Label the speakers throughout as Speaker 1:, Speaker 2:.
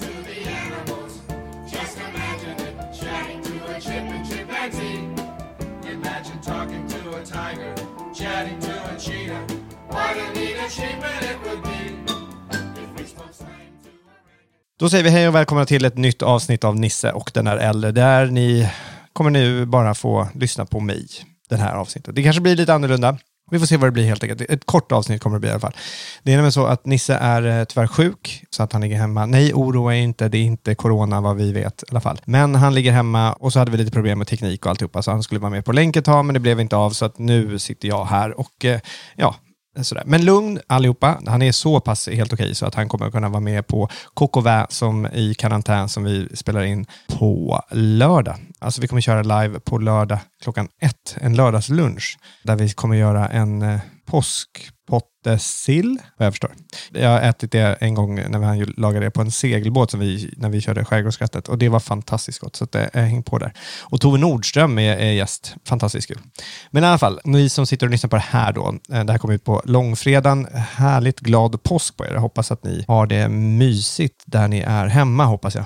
Speaker 1: to the animals, just imagine it chatting to a chip and chimpanzee. Imagine talking to a tiger, chatting to a cheetah. What a neat achievement it would be if we spoke slang to
Speaker 2: Då säger vi hej och välkomna till ett nytt avsnitt av Nisse och den är äldre. Där ni kommer nu bara få lyssna på mig den här avsnittet. Det kanske blir lite annorlunda. Vi får se vad det blir helt enkelt. Ett kort avsnitt kommer det bli i alla fall. Det är nämligen så att Nisse är eh, tyvärr sjuk, så att han ligger hemma. Nej, oroa er inte. Det är inte corona vad vi vet i alla fall. Men han ligger hemma och så hade vi lite problem med teknik och alltihopa. Så han skulle vara med på länk ett tag, men det blev inte av. Så att nu sitter jag här och eh, ja, Sådär. Men lugn allihopa, han är så pass helt okej så att han kommer att kunna vara med på Kokova som i karantän som vi spelar in på lördag. Alltså vi kommer köra live på lördag klockan ett, en lördagslunch, där vi kommer göra en eh, påskpottesill, vad jag förstår. Jag har ätit det en gång när vi han lagade det på en segelbåt som vi, när vi körde Skärgårdsskrattet och det var fantastiskt gott, så att, eh, häng på där. Och Tove Nordström är, är gäst, fantastiskt kul. Men i alla fall, ni som sitter och lyssnar på det här då, eh, det här kommer ut på långfredagen. Härligt glad påsk på er. Jag hoppas att ni har det mysigt där ni är hemma, hoppas jag.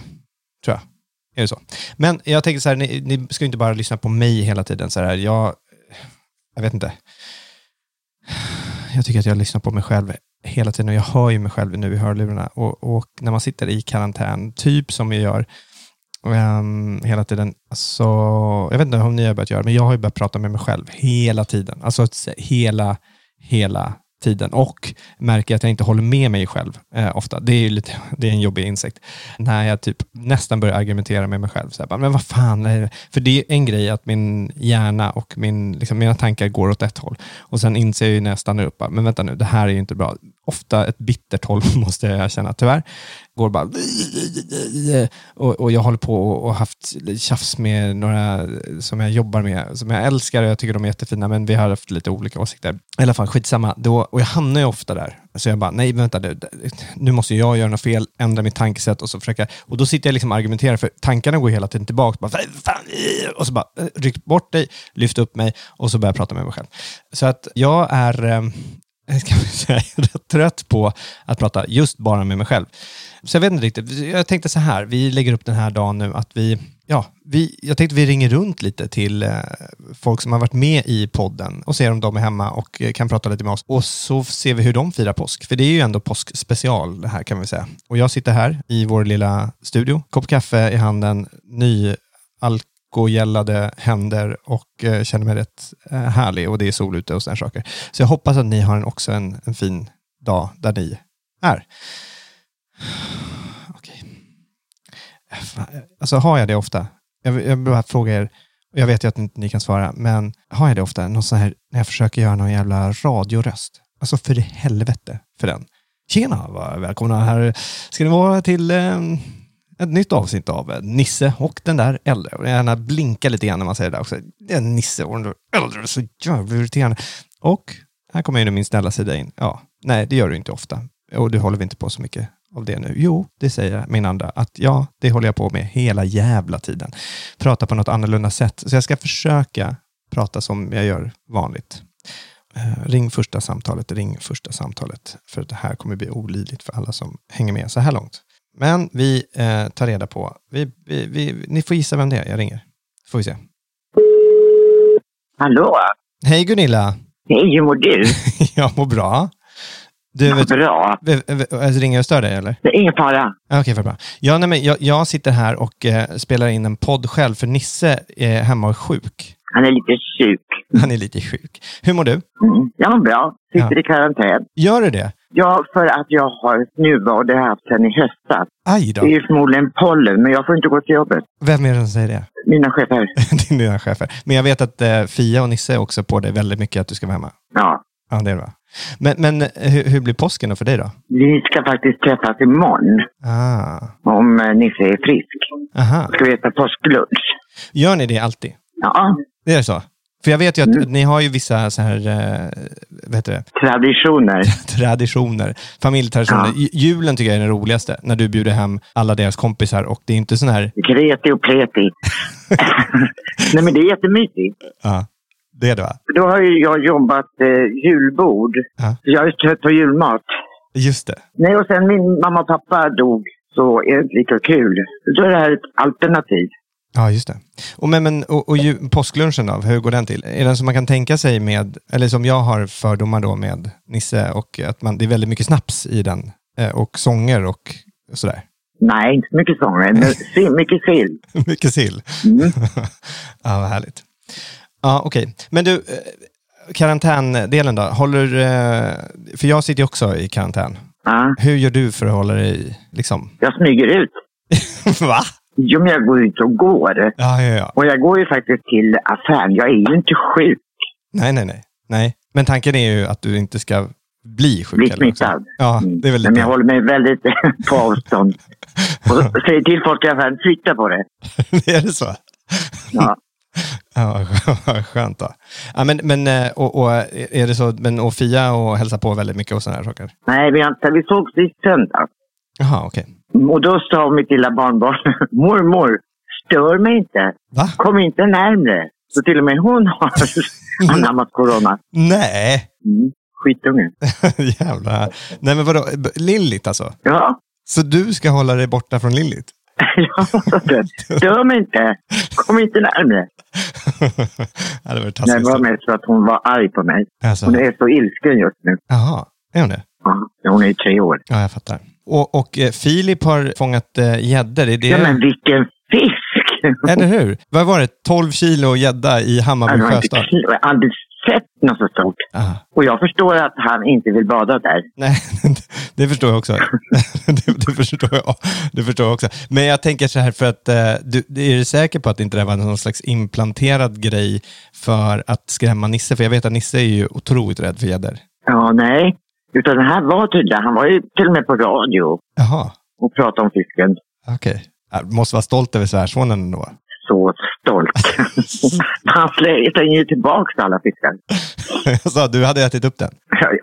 Speaker 2: Tror jag. Är det så? Men jag tänker så här, ni, ni ska ju inte bara lyssna på mig hela tiden. Så här, jag, jag vet inte. Jag tycker att jag lyssnar på mig själv hela tiden och jag hör ju mig själv nu i hörlurarna. Och, och när man sitter i karantän, typ som jag gör, Ehm, hela tiden. Alltså, jag vet inte om ni har börjat göra men jag har ju börjat prata med mig själv hela tiden. Alltså se- hela, hela tiden. Och märker att jag inte håller med mig själv eh, ofta. Det är ju lite, det är en jobbig insikt. När jag typ nästan börjar argumentera med mig själv. Så här, bara, men vad fan, är det? för det är en grej att min hjärna och min, liksom, mina tankar går åt ett håll. Och sen inser jag ju när jag stannar upp, bara, men vänta nu, det här är ju inte bra. Ofta ett bittert håll måste jag erkänna, tyvärr. Går bara eh, och, och jag håller på och, och haft tjafs med några som jag jobbar med, som jag älskar och jag tycker de är jättefina, men vi har haft lite olika åsikter. I alla fall, skitsamma. Då, och jag hamnar ju ofta där. Så jag bara, nej men vänta nu, nu måste jag göra något fel, ändra mitt tankesätt och så försöka. Och då sitter jag liksom och argumenterar, för tankarna går hela tiden tillbaka. Bara, "Fan, fan, eh", och så bara, eh, ryck bort dig, lyft upp mig och så börjar jag prata med mig själv. Så att jag är, eh, ska man säga, rätt trött på att prata just bara med mig själv. Så jag vet inte riktigt. Jag tänkte så här, vi lägger upp den här dagen nu att vi, ja, vi, jag tänkte vi ringer runt lite till eh, folk som har varit med i podden och ser om de är hemma och eh, kan prata lite med oss. Och så ser vi hur de firar påsk, för det är ju ändå påskspecial det här kan vi säga. Och jag sitter här i vår lilla studio, kopp kaffe i handen, ny alkogällade händer och eh, känner mig rätt eh, härlig och det är sol ute och sådana saker. Så jag hoppas att ni har en, också en, en fin dag där ni är. Okej. Fan, Alltså har jag det ofta? Jag, jag bara frågar er, och jag vet ju att inte ni kan svara, men har jag det ofta? Någon sån här, när jag försöker göra någon jävla radioröst. Alltså för i helvete för den. Tjena, vad- välkomna här ska ni vara till eh, ett nytt avsnitt av eh, Nisse och den där äldre. Och gärna blinka lite grann när man säger det där också. Det är Nisse och den där äldre, så jävla irriterande. Och här kommer ju min snälla sida in. Ja, nej, det gör du inte ofta. Och du håller väl inte på så mycket av det nu? Jo, det säger min andra. Att ja, det håller jag på med hela jävla tiden. Prata på något annorlunda sätt. Så jag ska försöka prata som jag gör vanligt. Eh, Ring första samtalet, ring första samtalet. För det här kommer bli olidligt för alla som hänger med så här långt. Men vi eh, tar reda på, vi, vi, vi, ni får gissa vem det är jag ringer. Får vi se.
Speaker 3: Hallå!
Speaker 2: Hej Gunilla!
Speaker 3: Hej, hur mår du?
Speaker 2: Jag mår bra. Du, vet,
Speaker 4: Bra.
Speaker 2: v- v- alltså, ringer jag och stör dig eller?
Speaker 4: Det är ingen fara.
Speaker 2: Ja, Okej, vad bra. Ja, nej, men jag, jag sitter här och eh, spelar in en podd själv, för Nisse är hemma och är sjuk.
Speaker 4: Han är lite sjuk.
Speaker 2: Han är lite sjuk. Hur mår du?
Speaker 4: Mm. Ja, men bra. Sitter
Speaker 2: Ja.
Speaker 4: i karantän.
Speaker 2: Gör du det?
Speaker 4: Ja, för att jag har snuva och det har jag haft sedan i höstas.
Speaker 2: Aj då.
Speaker 4: Det är ju förmodligen pollen, men jag får inte gå till jobbet.
Speaker 2: Vem är det som säger det?
Speaker 4: Mina chefer.
Speaker 2: Det är dina chefer. Men jag vet att eh, Fia och Nisse är också på dig väldigt mycket att du ska vara hemma.
Speaker 4: Ja.
Speaker 2: Ja, det är det va? Men, men eh, hur, hur blir påsken då för dig då?
Speaker 4: Vi ska faktiskt träffas imorgon
Speaker 2: Ah,
Speaker 4: om eh, Nisse är frisk.
Speaker 2: aha.
Speaker 4: Ska vi äta påsklunch?
Speaker 2: Gör ni det alltid?
Speaker 4: Ja,
Speaker 2: Det är så? För jag vet ju att ni har ju vissa så här, eh, vad heter det,
Speaker 4: traditioner.
Speaker 2: traditioner, familjetraditioner.
Speaker 4: Ja.
Speaker 2: Ju- Julen tycker jag är den roligaste, när du bjuder hem alla deras kompisar och det är inte sån här,
Speaker 4: Kreti och pleti. Nej, men det är jättemysigt.
Speaker 2: ja, det är det va?
Speaker 4: Då har ju jag jobbat eh, julbord.
Speaker 2: Ja.
Speaker 4: Jag är trött på julmat.
Speaker 2: Just det.
Speaker 4: Nej, och sen min mamma och pappa dog så är det inte lika kul. Då är det här ett alternativ.
Speaker 2: Ja, just det. Och, men, men, och, och ju, påsklunchen då, hur går den till? Är den som man kan tänka sig med, eller som jag har fördomar då med Nisse, och att man, det är väldigt mycket snaps i den, eh, och sånger och sådär.
Speaker 4: Nej, inte så mycket sånger, men si- mycket sill.
Speaker 2: mycket sill. ja, vad härligt. Ja, okej. Men du, eh, karantändelen då? Håller, eh, för jag sitter ju också i karantän.
Speaker 4: Ja,
Speaker 2: Hur gör du för att hålla dig i, liksom?
Speaker 4: jag smyger ut.
Speaker 2: Va?
Speaker 4: Jo, men jag går ut och går.
Speaker 2: Ja, ja, ja.
Speaker 4: Och jag går ju faktiskt till affären. Jag är ju inte sjuk.
Speaker 2: Nej, nej, nej. nej. Men tanken är ju att du inte ska bli sjuk.
Speaker 4: Bli
Speaker 2: eller något
Speaker 4: smittad. Mm.
Speaker 2: sånt. Ja, det är väl
Speaker 4: Men jag
Speaker 2: lite...
Speaker 4: håller mig väldigt på avstånd. Och säger till folk i affären, flytta på det.
Speaker 2: är det så?
Speaker 4: Ja.
Speaker 2: Ja, vad skönt då. Ja, men, men, eh, och, och, är det så, men, och Fia och hälsar på väldigt mycket och sådana här saker?
Speaker 4: Nej, vi, har inte- vi såg sist söndag.
Speaker 2: Jaha, okej.
Speaker 4: Och då sa mitt lilla barnbarn, mormor, stör mig inte.
Speaker 2: Va?
Speaker 4: Kom inte närmre. Så till och med hon har anammat corona.
Speaker 2: Nej!
Speaker 4: Mm. Skitunge.
Speaker 2: Jävla... Nej men vadå, B- Lillit alltså?
Speaker 4: Ja,
Speaker 2: Så du ska hålla dig borta från Lillit?
Speaker 4: ja sa du. stör mig inte. Kom inte närmre.
Speaker 2: ja, det var
Speaker 4: Nej,
Speaker 2: taskigt.
Speaker 4: det var mest för att hon var arg på mig.
Speaker 2: Alltså,
Speaker 4: Hon är Alltså, så ilsken just nu.
Speaker 2: Jaha, är hon det?
Speaker 4: Ja, hon är ju tre år.
Speaker 2: Ja, jag fattar. Och, och eh, Filip har fångat eh, gäddor, är det...
Speaker 4: Ja, men vilken fisk!
Speaker 2: Eller hur? Vad var det? 12 kilo gädda i
Speaker 4: Jag
Speaker 2: Hammarby
Speaker 4: Alltså, har inte-
Speaker 2: sjöstad?
Speaker 4: jag har aldrig sett något så stort.
Speaker 2: Ah,
Speaker 4: Och jag förstår att han inte vill bada där.
Speaker 2: nej, det förstår jag också. det, det, förstår jag. det förstår jag också. Men jag tänker så här, för att eh, du, är du säker på att inte det här var någon slags implanterad grej för att skrämma Nisse? För jag vet att Nisse är ju otroligt rädd för gäddor.
Speaker 4: Ja, nej. Utan det här var tydligen, han var ju till och med på radio
Speaker 2: Jaha,
Speaker 4: och pratade om fisken.
Speaker 2: okej. Ja, du Måste vara stolt över svärsonen ändå.
Speaker 4: Så stolt. han slängde ju tillbaka alla fiskar.
Speaker 2: Jag sa, du hade ätit upp den.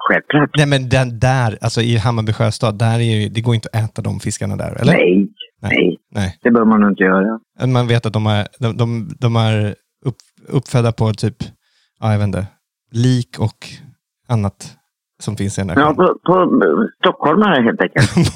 Speaker 4: Självklart.
Speaker 2: Nej, men den där, alltså i Hammarby sjöstad, där är ju, det går inte att äta de fiskarna där, eller?
Speaker 4: Nej, nej.
Speaker 2: Nej.
Speaker 4: Det bör man nog inte göra.
Speaker 2: Man vet att de är, de, de, de är upp, uppfödda på typ, ja jag vet inte, lik och annat som finns i den där
Speaker 4: Ja,
Speaker 2: sjön.
Speaker 4: på, på stockholmare helt enkelt.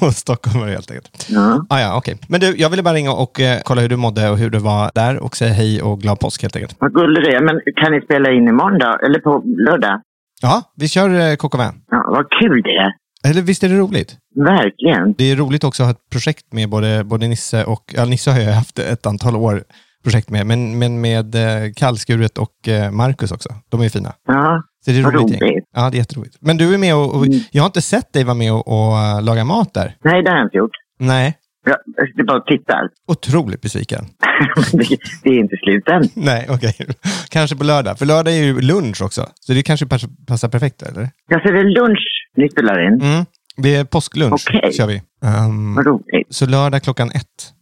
Speaker 2: På stockholmare helt enkelt.
Speaker 4: Ja.
Speaker 2: Ah, ja, okej. Men du, jag ville bara ringa och eh, kolla hur du mådde och hur du var där och säga hej och glad påsk helt enkelt.
Speaker 4: Vad gullig det är. Men kan ni spela in imorgon då? Eller på lördag?
Speaker 2: Ja, vi kör eh, KKV.
Speaker 4: Ja, vad kul det är.
Speaker 2: Eller visst är det roligt?
Speaker 4: Verkligen.
Speaker 2: Det är roligt också att ha ett projekt med både, både Nisse och, ja Nisse har jag haft ett antal år projekt med, men, men med eh, Kallskuret och eh, Marcus också. De är ju fina.
Speaker 4: Ja.
Speaker 2: Så det är
Speaker 4: Vad
Speaker 2: roligt. gäng.
Speaker 4: roligt. Mm.
Speaker 2: Ja, det är jätteroligt. Men du är med och, och jag har inte sett dig vara med och, och äh, laga mat där.
Speaker 4: Nej, det har jag inte gjort.
Speaker 2: Nej.
Speaker 4: Jag jag sitter bara och tittar.
Speaker 2: Otroligt besviken.
Speaker 4: det, det är inte slut än.
Speaker 2: Nej, okej. Kanske på lördag. För lördag är ju lunch också. Så det kanske pass, passar perfekt, eller?
Speaker 4: Jag ser det är lunch ni spelar in.
Speaker 2: Mm. Det är påsklunch,
Speaker 4: Okej.
Speaker 2: kör vi. Ehm,
Speaker 4: Vad roligt.
Speaker 2: så lördag klockan ett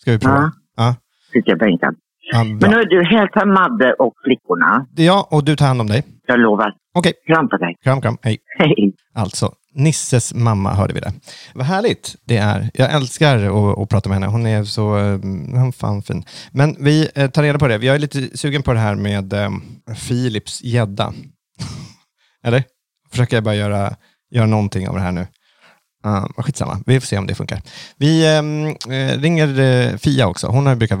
Speaker 2: ska vi prova.
Speaker 4: Ja.
Speaker 2: Ja.
Speaker 4: Sitter jag bänkad.
Speaker 2: Ja,
Speaker 4: Men nu
Speaker 2: bra.
Speaker 4: är du hälsa Madde och flickorna.
Speaker 2: Det är jag och du tar hand om dig.
Speaker 4: Jag lovar.
Speaker 2: Okej,
Speaker 4: Kram på dig.
Speaker 2: kram, kram. Hej.
Speaker 4: Hej.
Speaker 2: Alltså, Nisses mamma hörde vi det. Vad härligt det är. Jag älskar att, att prata med henne. Hon är så eh, hon är fan fin. Men vi eh, tar reda på det. Jag är lite sugen på det här med eh, Philips gädda. Eller? Försöker jag bara göra, göra någonting av det här nu. Uh, skitsamma, vi får se om det funkar. Vi ehm, eh, ringer eh, Fia också. Hon har brukat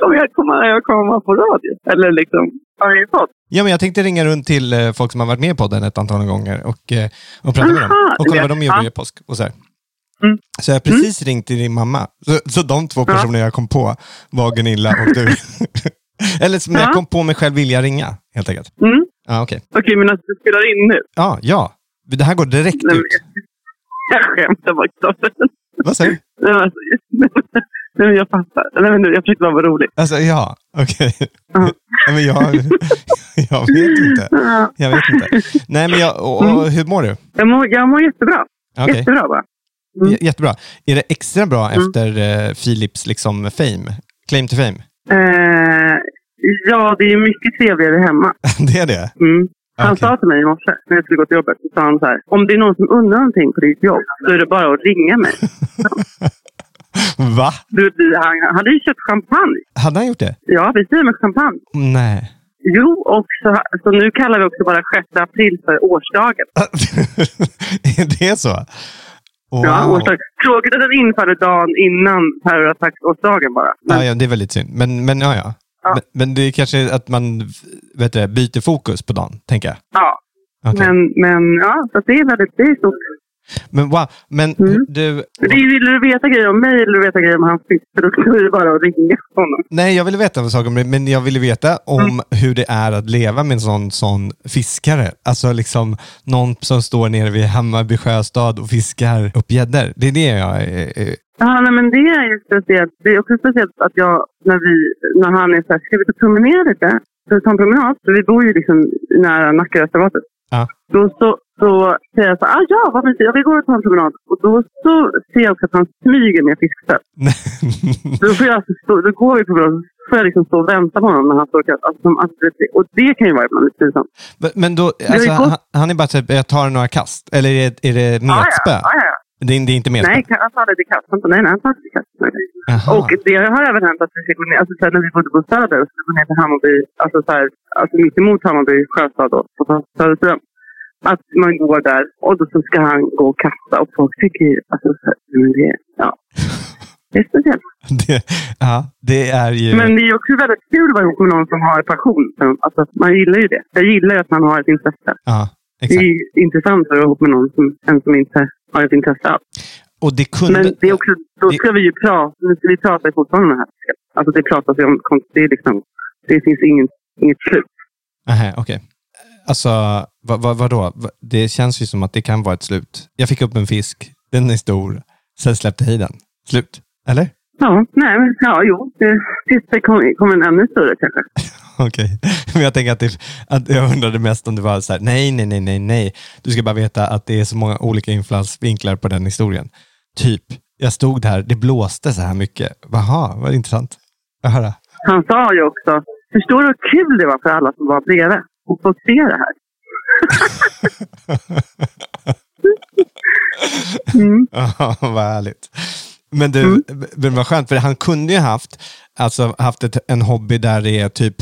Speaker 3: Kommer jag komma, jag kommer vara på radio? Eller liksom, har ni fått?
Speaker 2: Ja, men jag tänkte ringa runt till eh, folk som har varit med i podden ett antal gånger och, eh, och prata med dem.
Speaker 3: Aha,
Speaker 2: Och kolla vad de
Speaker 3: ja.
Speaker 2: gjorde i påsk. Och så, här.
Speaker 3: Mm.
Speaker 2: så jag har precis ringt till din mamma. Så, så de två personer jag kom på var Gunilla och du. Eller som jag
Speaker 3: Ja.
Speaker 2: kom på mig själv vilja ringa, helt enkelt.
Speaker 3: Mm.
Speaker 2: Ja, okej.
Speaker 3: Okej, men alltså du spelar in nu?
Speaker 2: Ja, ja. Det här går direkt
Speaker 3: Nej, men-
Speaker 2: ut.
Speaker 3: Jag skämtar bara, Kristoffer.
Speaker 2: Vad säger du?
Speaker 3: Nej, men alltså, nej, men jag fattar. Nej, men nu, jag försökte bara vara rolig.
Speaker 2: Alltså, ja. Okej. Ja, men jag, jag vet inte.
Speaker 3: Ja. Mm.
Speaker 2: Jag vet inte. Nej, men jag, och, och, hur mår du?
Speaker 3: Jag mår, jag mår jättebra.
Speaker 2: Okej.
Speaker 3: Jättebra bara. Mm.
Speaker 2: J- Jättebra. Är det extra bra efter eh, Philips liksom, fame? Claim to fame?
Speaker 3: Eh, ja, det är ju mycket trevligare hemma.
Speaker 2: det är det?
Speaker 3: Mm. Han
Speaker 2: Okej.
Speaker 3: sa till mig i morse när jag skulle gå till jobbet, så sa han så här, om det är någon som undrar någonting på ditt jobb så är det bara att ringa mig.
Speaker 2: Va?
Speaker 3: Du, du, han han hade ju köpt champagne.
Speaker 2: Hade han gjort det?
Speaker 3: Ja, vi firar med champagne.
Speaker 2: Nej.
Speaker 3: Jo, och så, så nu kallar vi också bara 6 april för årsdagen.
Speaker 2: är det så? Wow.
Speaker 3: Ja, årsdagen. Tråkigt att den infaller dagen innan terrorattacksårsdagen bara. Men,
Speaker 2: Ja, ja, det är väldigt synd. Men, men ja, ja.
Speaker 3: Ja.
Speaker 2: Men, men det är kanske att man vet du, byter fokus på dagen, tänker jag.
Speaker 3: ja.
Speaker 2: Okej.
Speaker 3: Men, men ja, så det är väldigt det är stort.
Speaker 2: Men wow. Men
Speaker 3: Mm.
Speaker 2: hur- du...
Speaker 3: Men det är- Vill du veta grejer om mig eller vill du veta grejer om hans syster, då är det bara att ringa honom.
Speaker 2: Nej, jag ville veta vad saker om det, men jag ville veta om
Speaker 3: Mm.
Speaker 2: hur det är att leva med en sån, sån fiskare. Alltså liksom någon som står nere vid Hammarby sjöstad och fiskar upp gäddor. Det är det jag... är- är-
Speaker 3: Ja, nej, men det är ju speciellt. Det är också speciellt att jag, när, vi, när han är så här, ska vi gå och promenera lite? Ska vi ta en promenad? För vi bor ju liksom nära Nackareservatet.
Speaker 2: Ja.
Speaker 3: Då så, så säger jag så här, ah, ja, vad mysigt, ja, vi går och tar en promenad. Och då så ser jag också att han smyger med fiskställ.
Speaker 2: Nej.
Speaker 3: Då, får jag alltså stå, då går vi på promenaden, så får jag liksom stå och vänta på honom när han står och kastar. Alltså, som- alltså, det- och det kan ju vara ibland lite pinsamt.
Speaker 2: Men då,
Speaker 3: är
Speaker 2: alltså,
Speaker 3: gott.
Speaker 2: han, han är bara typ, jag tar några kast. Eller är det, är det
Speaker 3: Ah, Ja,
Speaker 2: metspö?
Speaker 3: ja, ja, ja.
Speaker 2: Det, är, det är inte metspö?
Speaker 3: Nej, alltså, han tar aldrig till kast. Han tar- Nej, nej, han tar aldrig till kast. Nej.
Speaker 2: Jaha.
Speaker 3: Och det har även hänt att vi fick gå ner, alltså så här, när vi bodde på Söder, så gå ner till Hammarby, alltså så här, alltså mitt emot Hammarby sjöstad då, på Söderström. Att man går där och då så ska han gå och kasta och folk tycker ju, alltså så här, men det, ja. Det är speciellt.
Speaker 2: Det, ja, det är ju...
Speaker 3: Men det är ju också väldigt kul att vara ihop med någon som har passion. Alltså, man gillar ju det. Jag gillar ju att man har ett intresse.
Speaker 2: ja,
Speaker 3: Det är
Speaker 2: exakt.
Speaker 3: ju intressant att vara ihop med någon som, en som inte har ett intresse alls.
Speaker 2: Och det kunde...
Speaker 3: Men det är också, då
Speaker 2: det-
Speaker 3: ska vi ju prata, nu ska vi prata i fortfarande här. Alltså det pratas ju om, konst- det är liksom, det finns ingen, inget slut.
Speaker 2: Aha, okej. Alltså, vad, vad, vadå? Va- Det känns ju som att det kan vara ett slut. Jag fick upp en fisk, den är stor, sen släppte jag i den. Slut. Eller?
Speaker 3: Ja, nej men ja, jo. Det, tills det kommer kom en ännu större kanske.
Speaker 2: Okej. Men jag tänker att, det, att jag undrade mest om det var så här, nej, nej, nej, nej, nej. Du ska bara veta att det är så många olika infallsvinklar på den historien. Typ, jag stod där, det blåste så här mycket. Jaha, vad intressant att höra.
Speaker 3: Han sa ju också, förstår du hur kul det var för alla som var bredvid? och fått se det här.
Speaker 2: Mm. vad härligt. Men du, men vad skönt, för han kunde ju haft, alltså, haft ett, en hobby där det är typ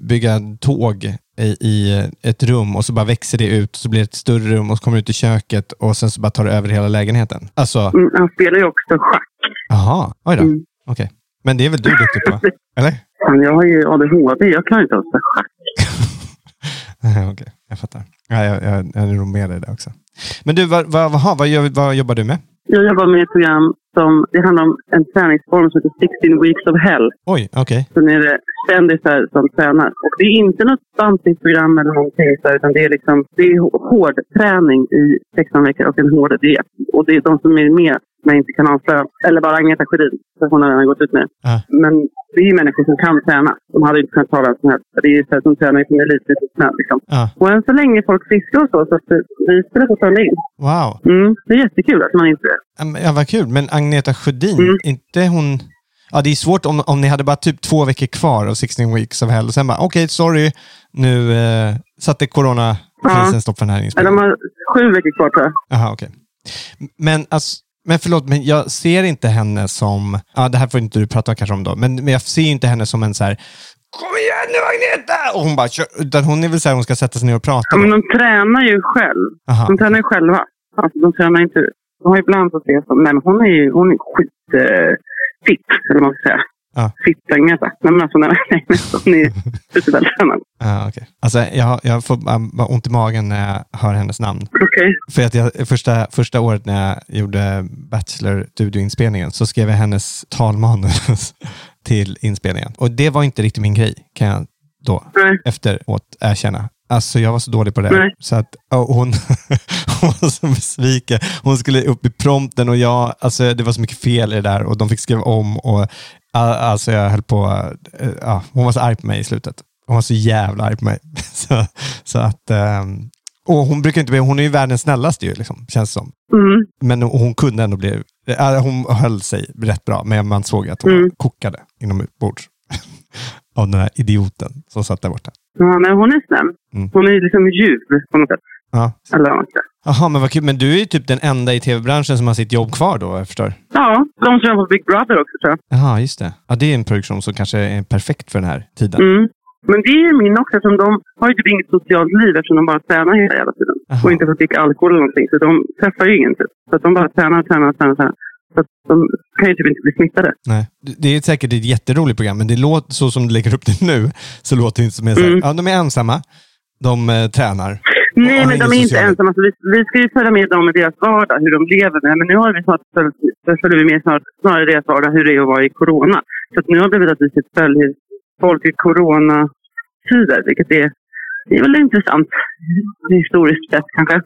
Speaker 2: bygga en tåg i, i ett rum och så bara växer det ut, så blir det ett större rum och så kommer det ut i köket och sen så bara tar det över hela lägenheten. Alltså,
Speaker 3: Mm, han spelar ju också schack.
Speaker 2: jaha, oj då. Okej. Men det är väl du duktig på? va? Eller?
Speaker 3: Fan, jag har ju ADHD, jag kan ju inte ens spela schack.
Speaker 2: Okej, jag fattar. Ja, jag, jag, jag är nog med dig där också. Men du, vad, vad, vad, vad, gör- vad jobbar du med?
Speaker 3: Jag jobbar med ett program som det handlar om en träningsform som heter 16 Weeks of Hell.
Speaker 2: Oj, okej.
Speaker 3: Sen är det kändisar som tränar. Och det är inte något bantningsprogram eller någonting så, här, utan det är liksom det är hård träning i 16 veckor och en hård diet. Och det är de som är med som jag inte kan avslöja. Eller bara Agneta Sjödin, för hon har redan gått ut med. Men det är ju människor som kan träna. De hade inte kunnat ta vem som helst. Det är ju så här, de tränar ju som elitidrottsmän. Liksom. Och än så länge är folk friska och så, så att eh, vi spelar fortfarande in.
Speaker 2: Wow.
Speaker 3: Mm, det är jättekul att man inte...
Speaker 2: Mm, Ja, vad kul. Men Agneta Sjödin,
Speaker 3: Mm.
Speaker 2: inte hon... Ja, det är svårt om, om ni hade bara typ två veckor kvar av 16 weeks of hell och sen bara okej, sorry, nu eh, satte coronakrisen
Speaker 3: Ja.
Speaker 2: stopp för den här
Speaker 3: Eller de
Speaker 2: inspelningen.
Speaker 3: har sju veckor kvar tror jag.
Speaker 2: Jaha, okej. Men, alltså, men förlåt, men jag ser inte henne som... Ja, det här får inte du prata kanske om då, men, men jag ser ju inte henne som en så här... Kom igen nu Agneta! Och hon bara kör. Utan hon är väl så här, hon ska sätta sig ner och prata.
Speaker 3: Ja, men de tränar ju själv.
Speaker 2: Aha.
Speaker 3: De tränar ju själva. Alltså, de tränar inte... De har ibland fått se som... Nej, men hon är ju hon är skit... Eh, fit, eller vad man ska säga.
Speaker 2: Ja.
Speaker 3: Fittangeta. Nej, men alltså, nej, nej, nej. Hon är supervältränad.
Speaker 2: Ja, okej. Alltså, jag, jag får bara- bara ont i magen när jag hör hennes namn.
Speaker 3: Okej.
Speaker 2: För att jag, första, första året när jag gjorde Bachelor-studioinspelningen så skrev jag hennes talmanus till inspelningen. Och det var inte riktigt min grej, kan jag då efteråt erkänna. Alltså jag var så dålig på det.
Speaker 5: Nej.
Speaker 2: Så att, och hon, hon var så besviken. Hon skulle upp i prompten och jag, alltså det var så mycket fel i det där och de fick skriva om. Och, a- alltså jag höll på, eh, ja, hon var så arg på mig i slutet. Hon var så jävla arg på mig. Så, så att, ehm, och hon brukar inte bli, hon är ju världens snällaste ju, liksom, känns som.
Speaker 3: Mm.
Speaker 2: Men hon kunde ändå bli, eh, hon höll sig rätt bra, men man såg att hon
Speaker 3: Mm.
Speaker 2: kokade inombords av den här idioten som satt där borta.
Speaker 3: Ja, men hon är snäll.
Speaker 2: Mm.
Speaker 3: Hon är ju liksom ljuv på något sätt.
Speaker 2: Ja.
Speaker 3: Eller vad man ska säga.
Speaker 2: Jaha, men vad kul. Men du är ju typ den enda i tv-branschen som har sitt jobb kvar då, jag förstår.
Speaker 3: Ja, de kör på Big Brother också tror jag.
Speaker 2: Jaha, just det. Ja, det är en produktion som kanske är perfekt för den här tiden.
Speaker 3: Mm. Men det är ju min också, eftersom de har ju typ inget socialt liv eftersom de bara tränar hela jävla tiden. Och inte får dricka alkohol eller någonting. Så de träffar ju ingen typ. Så att de bara tränar, tränar, tränar, tränar. Så att de kan ju typ inte bli smittade.
Speaker 2: Nej. Det är säkert ett jätteroligt program, men det låter, så som du lägger upp det nu, så låter det inte som en så här,
Speaker 3: Mm.
Speaker 2: ja, de är ensamma, de eh, tränar.
Speaker 3: Nej,
Speaker 2: har
Speaker 3: men de
Speaker 2: ingen
Speaker 3: är inte
Speaker 2: sociala-
Speaker 3: ensamma. Så vi, vi ska ju följa med dem i deras vardag, hur de lever med det. Men nu har vi snart, så följer vi med snart, snarare deras vardag, hur det är att vara i corona. Så att nu har det blivit att vi typ följer folk i coronatider, vilket är, det är väl intressant. Historiskt sett kanske.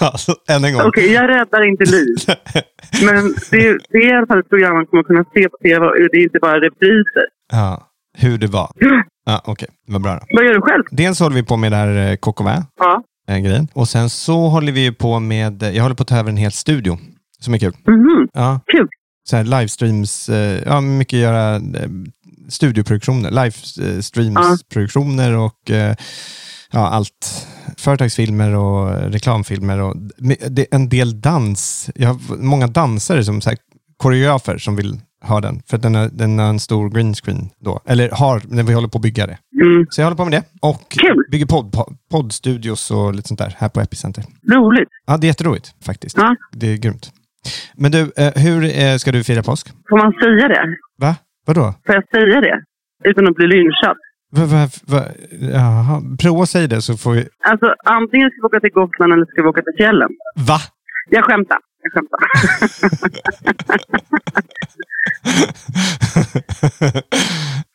Speaker 2: Alltså, än en gång.
Speaker 3: Okej, jag räddar inte liv. Men det är, det är i alla fall ett program man kommer kunna se på tv. och Det är inte bara repriser.
Speaker 2: Ja, hur det var. Ja, Okej, vad bra då.
Speaker 3: Vad gör du själv?
Speaker 2: Dels håller vi på med det här eh, Coq au vin,
Speaker 3: Ja.
Speaker 2: eh, grejen. Och sen så håller vi ju på med, eh, jag håller på att ta över en hel studio, som är kul.
Speaker 3: Mhm.
Speaker 2: Ja.
Speaker 3: Kul.
Speaker 2: Så här livestreams, eh, ja mycket göra eh, studioproduktioner, livestreamsproduktioner och eh, ja, allt. Företagsfilmer och eh, reklamfilmer och d- det är en del dans. Jag har många dansare som så här, koreografer som vill ha den, för att den har, den har en stor green screen då. Eller har, när vi håller på att bygga det.
Speaker 3: Mm,
Speaker 2: Så jag håller på med det och bygger podd, podd- poddstudios och lite sånt där här på Epicenter.
Speaker 3: Roligt.
Speaker 2: Ja, det är jätteroligt faktiskt. Det är grymt. Men du, eh, hur eh, ska du fira påsk?
Speaker 3: Får man säga det?
Speaker 2: Va? Vadå?
Speaker 3: Får jag säga det? Utan att bli lynchad?
Speaker 2: Va, va, va? Jaha. Prova att säga det så får vi...
Speaker 3: Alltså, antingen ska vi åka till Gotland eller ska vi åka till fjällen.
Speaker 2: Va?
Speaker 3: Jag skämtar. Jag skämtar.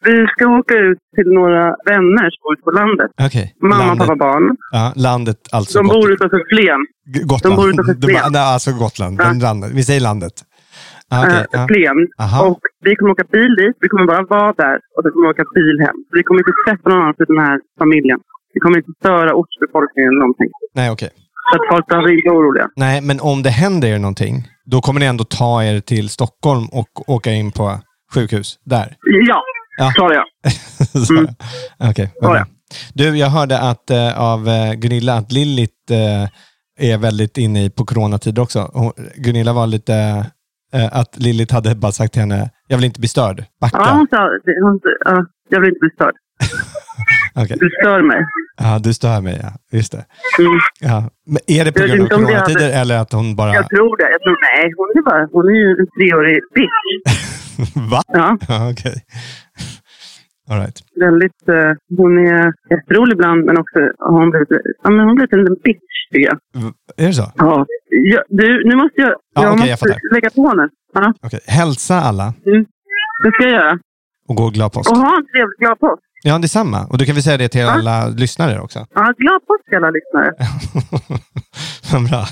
Speaker 3: vi ska åka ut till några vänner som bor ute på landet.
Speaker 2: Okej.
Speaker 3: Mamma,
Speaker 2: Landet-
Speaker 3: pappa, barn.
Speaker 2: Ja, landet alltså.
Speaker 3: De
Speaker 2: Gotland.
Speaker 3: bor utanför Flen.
Speaker 2: G- Gotland.
Speaker 3: de bor utanför Flen.
Speaker 2: nej, alltså Gotland.
Speaker 3: Ja.
Speaker 2: Den landet. Vi säger landet. Ah, okej,
Speaker 3: eh,
Speaker 2: ja.
Speaker 3: Flen.
Speaker 2: Aha.
Speaker 3: Och vi kommer åka bil dit. Vi kommer bara vara där och sen kommer vi åka bil hem. Så Vi kommer inte träffa någon annan för den här familjen. Vi kommer inte störa ortsbefolkningen eller någonting.
Speaker 2: Nej, okej.
Speaker 3: Så att folk behöver inte vara oroliga.
Speaker 2: Nej, men om det händer er någonting, då kommer ni ändå ta er till Stockholm och åka in på sjukhus där.
Speaker 3: Ja,
Speaker 2: Ja.
Speaker 3: Sa jag.
Speaker 2: Mm. Okej, vad
Speaker 3: Ja,
Speaker 2: bra. Du, jag hörde att, eh, av eh, Gunilla att Lillit eh, är väldigt inne i på coronatider också. Hon, Gunilla var lite... Eh, att Lillit hade bara sagt till henne, jag vill inte bli störd. Backa.
Speaker 3: Ja, hon sa, det- hon, sa- ja, jag vill inte bli störd.
Speaker 2: Okej.
Speaker 3: Du stör mig.
Speaker 2: Ja, du stör mig, ja. Just det.
Speaker 3: Mm.
Speaker 2: Ja. Men är det på
Speaker 3: Jag vet
Speaker 2: grund av
Speaker 3: inte om det
Speaker 2: coronatider
Speaker 3: hade-
Speaker 2: eller att hon bara...
Speaker 3: Jag tror det. Jag tror, nej, hon är, bara, hon är ju en treårig bitch.
Speaker 2: Va?
Speaker 3: Ja.
Speaker 2: Okej. All right.
Speaker 3: Väldigt, eh, hon är jätterolig ibland, men också har hon blivit, ja, men hon har blivit en liten bitch, tycker jag.
Speaker 2: Är det så?
Speaker 3: Ja. Ja, du, nu måste jag,
Speaker 2: Ja,
Speaker 3: jag
Speaker 2: okej, jag
Speaker 3: måste
Speaker 2: fattar.
Speaker 3: lägga på nu. Ja.
Speaker 2: Okej. Hälsa alla
Speaker 3: Mm. Det ska jag göra.
Speaker 2: och gå glad påsk.
Speaker 3: Och ha en trevlig glad påsk.
Speaker 2: Ja, detsamma. Och du kan väl säga det till alla lyssnare också?
Speaker 3: Ja, glad påsk alla lyssnare.
Speaker 2: Vad bra.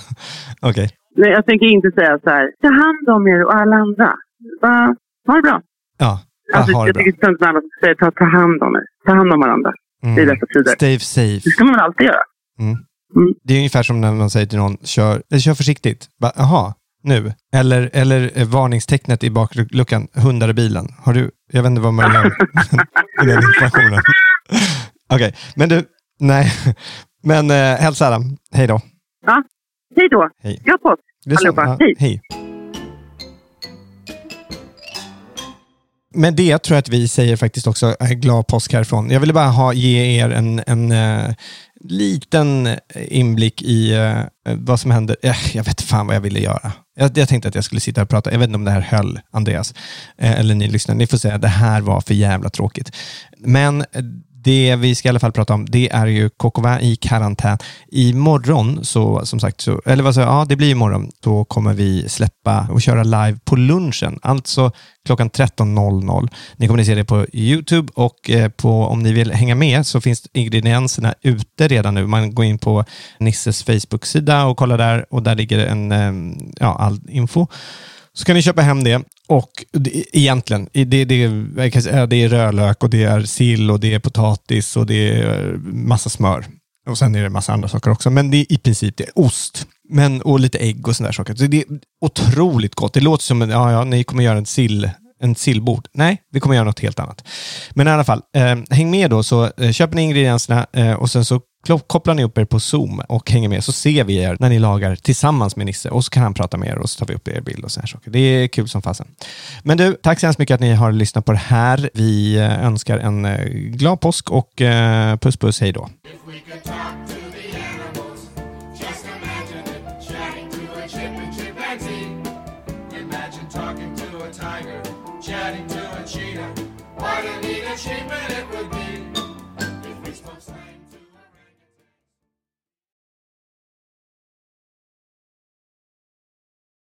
Speaker 2: Okej.
Speaker 3: Nej, jag tänker inte säga så här. Ta hand om er och alla andra. Va, ha det bra.
Speaker 2: Ja, bara
Speaker 3: Alltså,
Speaker 2: ha det
Speaker 3: jag
Speaker 2: bra.
Speaker 3: tycker det är skönt när alla säger ta, ta hand om er. Ta hand om varandra. I
Speaker 2: Mm.
Speaker 3: dessa tider.
Speaker 2: Stay safe.
Speaker 3: Det ska man väl alltid göra.
Speaker 2: Det är ungefär som när man säger till någon, kör, eh, kör försiktigt. Bara, Jaha, nu. Eller, eller eh, varningstecknet i bakluckan, hundar i bilen. Har du, jag vet inte vad man gör med den informationen. Okej, men du, nej. Men eh, hälsa alla. Hej då.
Speaker 3: Ja. Hej då.
Speaker 2: Hej.
Speaker 3: Glad påsk
Speaker 2: Det är så.
Speaker 3: allihopa.
Speaker 2: Ja,
Speaker 3: Hej.
Speaker 2: Hej. Med det tror jag att vi säger faktiskt också eh, glad påsk härifrån. Jag ville bara ha, ge er en, en eh, liten inblick i eh, vad som händer. Eh, jag vet fan vad jag ville göra. Jag, jag tänkte att jag skulle sitta här och prata. Jag vet inte om det här höll, Andreas. Eh, eller ni lyssnare. Ni får säga, det här var för jävla tråkigt. Men eh, det vi ska i alla fall prata om, det är ju KKV i karantän. Imorgon, så, som sagt, så, eller vad säger jag? Ja, det blir imorgon. Då kommer vi släppa och köra live på lunchen, alltså klockan 13.00. Ni kommer att se det på YouTube och eh, på, om ni vill hänga med så finns ingredienserna ute redan nu. Man går in på Nisses Facebook-sida och kollar där och där ligger en, eh, ja, all info. Så kan ni köpa hem det. Och det, egentligen, det, det, jag kan säga, det är rödlök och det är sill och det är potatis och det är eh, massa smör. Och sen är det massa andra saker också. Men det är i princip det är ost. Men, och lite ägg och sådana där saker. Så det är otroligt gott. Det låter som en, ja, ja, ni kommer göra en sill en sillbord. Nej, vi kommer göra något helt annat. Men i alla fall, eh, häng med då så eh, köper ni ingredienserna eh, och sen så klo- kopplar ni upp er på Zoom och hänger med så ser vi er när ni lagar tillsammans med Nisse och så kan han prata med er och så tar vi upp er bild och så här saker. Det är kul som fasen. Men du, tack så hemskt mycket att ni har lyssnat på det här. Vi eh, önskar en eh, glad påsk och eh, puss puss, hej då.
Speaker 1: Just imagine it, chatting to a chip and chimpanzee. Imagine talking to a tiger, chatting to a cheetah. What a neat achievement it would be.